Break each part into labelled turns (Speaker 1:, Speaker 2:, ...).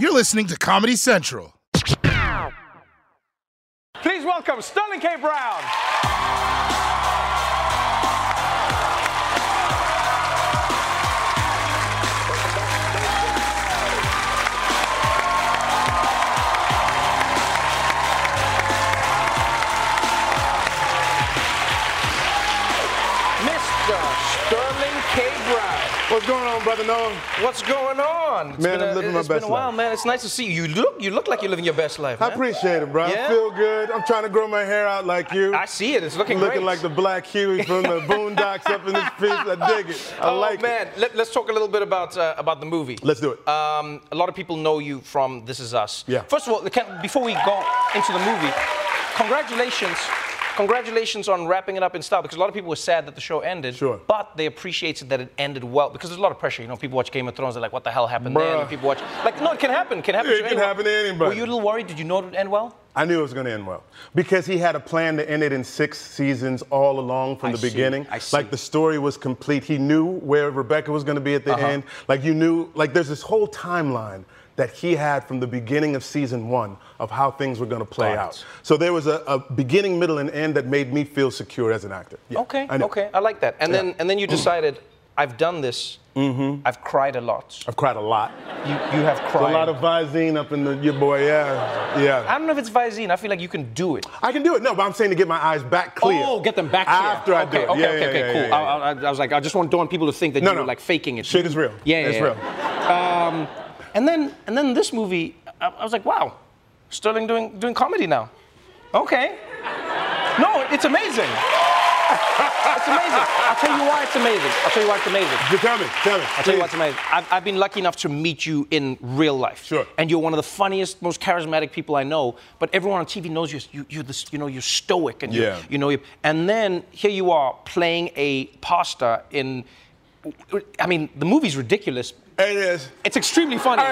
Speaker 1: You're listening to Comedy Central.
Speaker 2: Please welcome Sterling K. Brown. Mr. Sterling K. Brown.
Speaker 3: What's going on, brother Noah?
Speaker 2: What's going on? It's
Speaker 3: Man,
Speaker 2: been
Speaker 3: I'm
Speaker 2: a-
Speaker 3: living my
Speaker 2: it's
Speaker 3: best
Speaker 2: been a while,
Speaker 3: life.
Speaker 2: man. It's nice to see you. You look, you look like you're living your best life.
Speaker 3: I
Speaker 2: man.
Speaker 3: appreciate it, bro.
Speaker 2: Yeah?
Speaker 3: I feel good. I'm trying to grow my hair out like you.
Speaker 2: I see it. It's looking,
Speaker 3: Looking
Speaker 2: great.
Speaker 3: like the Black Huey from the Boondocks up in this piece. I dig it. I
Speaker 2: oh,
Speaker 3: like
Speaker 2: man.
Speaker 3: it.
Speaker 2: Let, us talk a little bit about uh, about the movie.
Speaker 3: Let's do it.
Speaker 2: Um, a lot of people know you from This Is Us.
Speaker 3: Yeah.
Speaker 2: First of all, can, before we go into the movie, congratulations. Congratulations on wrapping it up in style because a lot of people were sad that the show ended.
Speaker 3: Sure.
Speaker 2: But they appreciated that it ended well because there's a lot of pressure. You know, people watch Game of Thrones, they're like, what the hell happened there?
Speaker 3: Bruh.
Speaker 2: And people watch, like, no, it can happen. It can happen
Speaker 3: Yeah,
Speaker 2: to
Speaker 3: it can
Speaker 2: anyone.
Speaker 3: happen to anybody.
Speaker 2: Were you a little worried? Did you know it would end well?
Speaker 3: I knew it was going to end well because he had a plan to end it in six seasons all along from
Speaker 2: I
Speaker 3: the
Speaker 2: see,
Speaker 3: beginning.
Speaker 2: I see.
Speaker 3: Like the story was complete. He knew where Rebecca was going to be at the
Speaker 2: Uh-huh.
Speaker 3: end. Like you knew, like there's this whole timeline that he had from the beginning of season one of how things were going to play
Speaker 2: Got it.
Speaker 3: out. So there was a, a beginning, middle, and end that made me feel secure as an actor. Yeah,
Speaker 2: okay,
Speaker 3: I Mm. knew.
Speaker 2: okay, I like that. And then and then you decided, I've done this. Mm-hmm. I've cried a lot.
Speaker 3: I've cried a lot.
Speaker 2: You, you have
Speaker 3: A
Speaker 2: cried.
Speaker 3: lot of Visine up in the, your boy, yeah, yeah.
Speaker 2: I don't know if it's Visine. I feel like you can do it.
Speaker 3: I can do it. No, but I'm saying to get my eyes back clear.
Speaker 2: Oh, get them back clear.
Speaker 3: after I do
Speaker 2: okay,
Speaker 3: it.
Speaker 2: Okay,
Speaker 3: yeah,
Speaker 2: okay,
Speaker 3: yeah,
Speaker 2: okay,
Speaker 3: yeah,
Speaker 2: cool.
Speaker 3: yeah, yeah.
Speaker 2: I, I- I was like, I just want, don't want people to think that
Speaker 3: No,
Speaker 2: you
Speaker 3: no.
Speaker 2: were like faking it.
Speaker 3: Shit is real.
Speaker 2: Yeah,
Speaker 3: It's
Speaker 2: yeah,
Speaker 3: real.
Speaker 2: yeah. Um, and then and then this movie, I, I was like, wow, Sterling doing doing comedy now. Okay. No, it's amazing. it's amazing. I'll tell you why it's amazing. I'll tell you why it's amazing.
Speaker 3: Just tell me, tell me.
Speaker 2: I'll tell you what's amazing. I've, I've been lucky enough to meet you in real life.
Speaker 3: Sure.
Speaker 2: And you're one of the funniest, most charismatic people I know. But everyone on TV knows you're, you, you're this, you know, you're stoic and
Speaker 3: Yeah.
Speaker 2: you, you know, you and then here you are playing a pasta in. I mean, the movie's ridiculous.
Speaker 3: It is.
Speaker 2: It's extremely funny.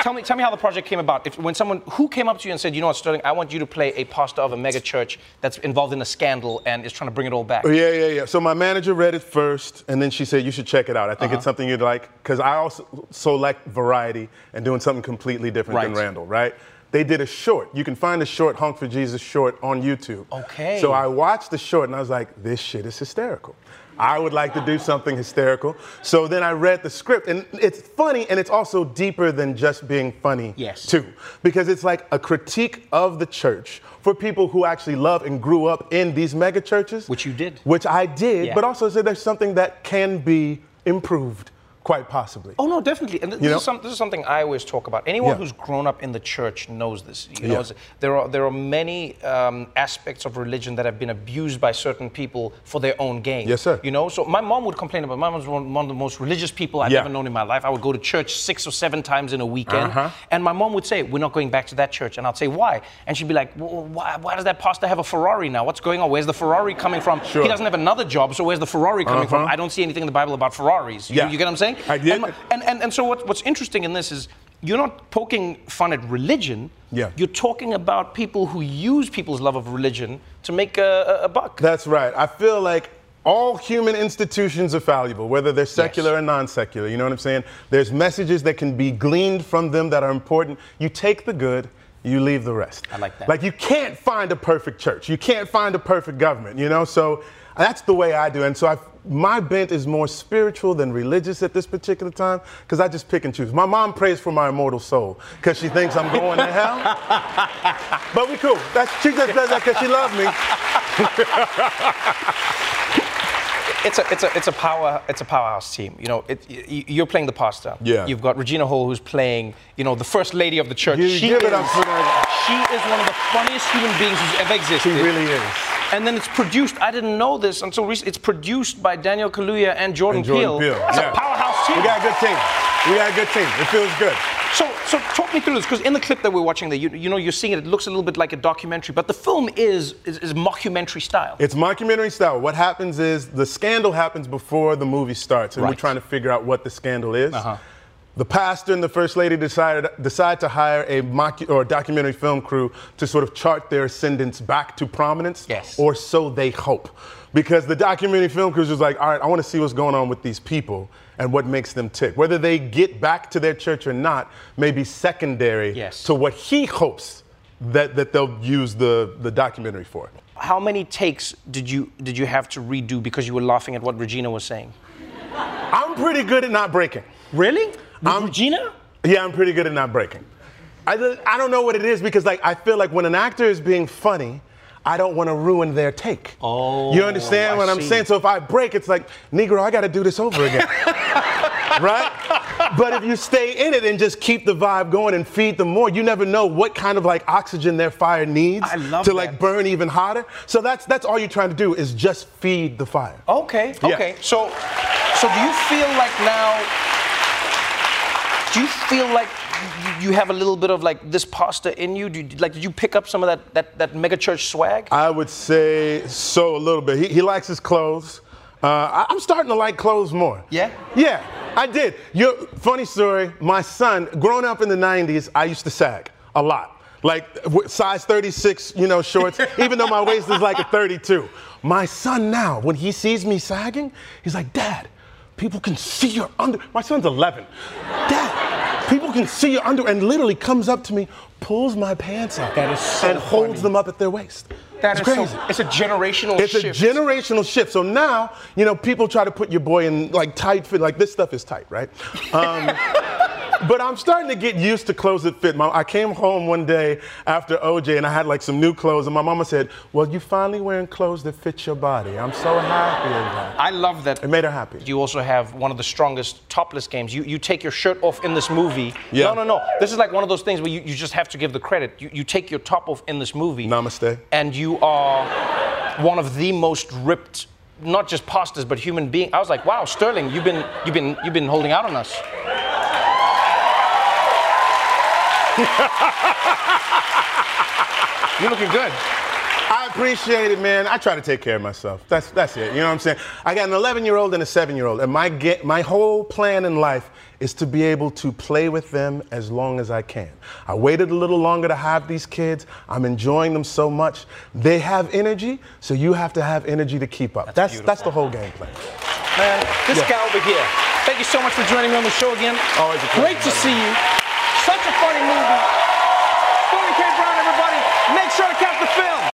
Speaker 2: tell me, tell me how the project came about. If when someone who came up to you and said, "You know what, Sterling, I want you to play a pastor of a mega church that's involved in a scandal and is trying to bring it all back."
Speaker 3: Oh, Yeah, yeah, yeah. So my manager read it first, and then she said, "You should check it out. I
Speaker 2: Uh-huh.
Speaker 3: think it's something you'd like." Because I also so like variety and doing something completely different than
Speaker 2: Right.
Speaker 3: Randall, right? They did a short. You can find the short "Honk for Jesus" short on YouTube.
Speaker 2: Okay.
Speaker 3: So I watched the short, and I was like, "This shit is hysterical." I would like to do something hysterical. So then I read the script, and it's funny, and it's also deeper than just being funny,
Speaker 2: Yes.
Speaker 3: too. Because it's like a critique of the church for people who actually love and grew up in these mega churches
Speaker 2: Which you did.
Speaker 3: which I did,
Speaker 2: Yeah.
Speaker 3: but also said there's something that can be improved, quite possibly.
Speaker 2: Oh no, definitely. And th-
Speaker 3: You
Speaker 2: this,
Speaker 3: know?
Speaker 2: is some, this is something I always talk about. Anyone
Speaker 3: Yeah.
Speaker 2: who's grown up in the church knows this. You know,
Speaker 3: Yeah.
Speaker 2: it's- there are there are many um, aspects of religion that have been abused by certain people for their own gain.
Speaker 3: Yes, sir.
Speaker 2: You know, so my mom would complain about. My mom's one, one of the most religious people I've
Speaker 3: Yeah.
Speaker 2: ever known in my life. I would go to church six or seven times in a weekend,
Speaker 3: Uh-huh.
Speaker 2: and my mom would say, "We're not going back to that church," and I'd say, "Why?" And she'd be like, well, "Why? Why does that pastor have a Ferrari now? What's going on? Where's the Ferrari coming from?
Speaker 3: Sure.
Speaker 2: He doesn't have another job, so where's the Ferrari coming from?
Speaker 3: Uh-huh.
Speaker 2: I don't see anything in the Bible about Ferraris. You,
Speaker 3: Yeah.
Speaker 2: you get what I'm saying?
Speaker 3: I did.
Speaker 2: And, my- and, and, and so what, what's interesting in this is you're not poking fun at religion.
Speaker 3: Yeah.
Speaker 2: You're talking about people who use people's love of religion to make a, a, a buck.
Speaker 3: That's right. I feel like all human institutions are valuable, whether they're secular or non secular. You know what I'm saying? There's messages that can be gleaned from them that are important. You take the good. You leave the rest.
Speaker 2: I like that.
Speaker 3: Like you can't find a perfect church. You can't find a perfect government, you know? So that's the way I do. And so I my bent is more spiritual than religious at this particular time because I just pick and choose. My mom prays for my immortal soul because she thinks I'm going to hell. but we cool. That's, she just does that because she loves me.
Speaker 2: it's a it's a it's a power it's a powerhouse team. You know, it, y- you're playing the pastor.
Speaker 3: Yeah.
Speaker 2: You've got Regina Hall who's playing. You know, the first lady of the church.
Speaker 3: You
Speaker 2: she
Speaker 3: give
Speaker 2: is,
Speaker 3: it up for that.
Speaker 2: She is one of the funniest human beings who's ever
Speaker 3: She
Speaker 2: existed.
Speaker 3: really is.
Speaker 2: And then it's produced. I didn't know this until recently. It's produced by Daniel Kaluuya and Jordan,
Speaker 3: And Jordan Peele.
Speaker 2: That's
Speaker 3: yeah.
Speaker 2: a powerhouse team.
Speaker 3: We got a good team. We got a good team. It feels good.
Speaker 2: So, so talk me through this, because in the clip that we're watching, there, you, you know, you're seeing it. It looks a little bit like a documentary, but the film is is, is mockumentary style.
Speaker 3: It's mockumentary style. What happens is the scandal happens before the movie starts, and we're
Speaker 2: Right.
Speaker 3: trying to figure out what the scandal is.
Speaker 2: Uh-huh.
Speaker 3: The pastor and the first lady decided decide to hire a mock or a documentary film crew to sort of chart their ascendance back to prominence,
Speaker 2: Yes.
Speaker 3: or so they hope, because the documentary film crew is just like, all right, I want to see what's going on with these people and what makes them tick. Whether they get back to their church or not may be secondary
Speaker 2: Yes.
Speaker 3: to what he hopes that that they'll use the the documentary for.
Speaker 2: How many takes did you did you have to redo because you were laughing at what Regina was saying?
Speaker 3: I'm pretty good at not breaking.
Speaker 2: Really?
Speaker 3: I'm-
Speaker 2: Regina?
Speaker 3: Yeah, I'm pretty good at not breaking. I, don't- I don't know what it is because like I feel like when an actor is being funny, I don't want to ruin their take.
Speaker 2: Oh,
Speaker 3: you understand
Speaker 2: I
Speaker 3: what I'm
Speaker 2: see.
Speaker 3: saying? So if I break, it's like, Negro, I got to do this over again, right? But if you stay in it and just keep the vibe going and feed them more, you never know what kind of like oxygen their fire needs
Speaker 2: I love
Speaker 3: to like
Speaker 2: that.
Speaker 3: burn even hotter. So that's that's all you're trying to do is just feed the fire.
Speaker 2: Okay.
Speaker 3: Yeah.
Speaker 2: Okay. So, so do you feel like now? Do you feel like you- you have a little bit of like this pasta in you? Do you, like, did you pick up some of that that that mega church swag?
Speaker 3: I would say so a little bit. He, he likes his clothes. Uh, I, I'm starting to like clothes more.
Speaker 2: Yeah?
Speaker 3: Yeah, I did. Your funny story. My son, growing up in the '90s, I used to sag a lot, like w- size 36, you know, shorts. even though my waist is like a 32. My son now, when he sees me sagging, he's like, "Dad, people can see your under." My son's 11. Dad, people can see your under, and literally comes up to me, pulls my pants up,
Speaker 2: That is so
Speaker 3: and holds
Speaker 2: funny.
Speaker 3: them up at their waist.
Speaker 2: That
Speaker 3: it's
Speaker 2: is
Speaker 3: crazy.
Speaker 2: So, it's a generational
Speaker 3: It's
Speaker 2: shift.
Speaker 3: a generational shift. So now, you know, people try to put your boy in like tight fit. Like this stuff is tight, right? Um, but I'm starting to get used to clothes that fit. My, I came home one day after OJ and I had like some new clothes, and my mama said, "Well, you finally wearing clothes that fit your body. I'm so happy about it."
Speaker 2: I love that.
Speaker 3: It made her happy.
Speaker 2: You also have one of the strongest topless games. You, you take your shirt off in this movie.
Speaker 3: Yeah.
Speaker 2: No, no, no. This is like one of those things where you, you just have to give the credit. You, you take your top off in this movie.
Speaker 3: Namaste.
Speaker 2: And you are one of the most ripped, not just pastors, but human being. I was like, wow, Sterling, you've been, you've been, you've been holding out on us. You're looking good.
Speaker 3: I appreciate it, man. I try to take care of myself. That's that's it. You know what I'm saying? I got an 11 year old and a 7 year old, and my get, my whole plan in life is to be able to play with them as long as I can. I waited a little longer to have these kids. I'm enjoying them so much. They have energy, so you have to have energy to keep up. That's that's, the whole game plan.
Speaker 2: man. This
Speaker 3: Yeah.
Speaker 2: guy over here. Thank you so much for joining me on the show again.
Speaker 3: Always a pleasure,
Speaker 2: Great to
Speaker 3: brother.
Speaker 2: see you. Such a funny movie. Tony K. Brown, everybody. Make sure to catch the film.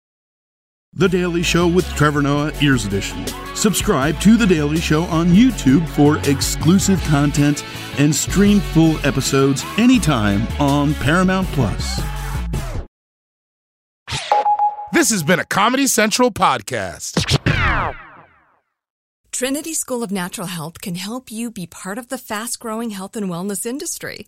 Speaker 4: The Daily Show with Trevor Noah, Ears Edition. Subscribe to The Daily Show on YouTube for exclusive content and stream full episodes anytime on Paramount Plus.
Speaker 1: This has been a Comedy Central podcast.
Speaker 5: Trinity School of Natural Health can help you be part of the fast growing health and wellness industry.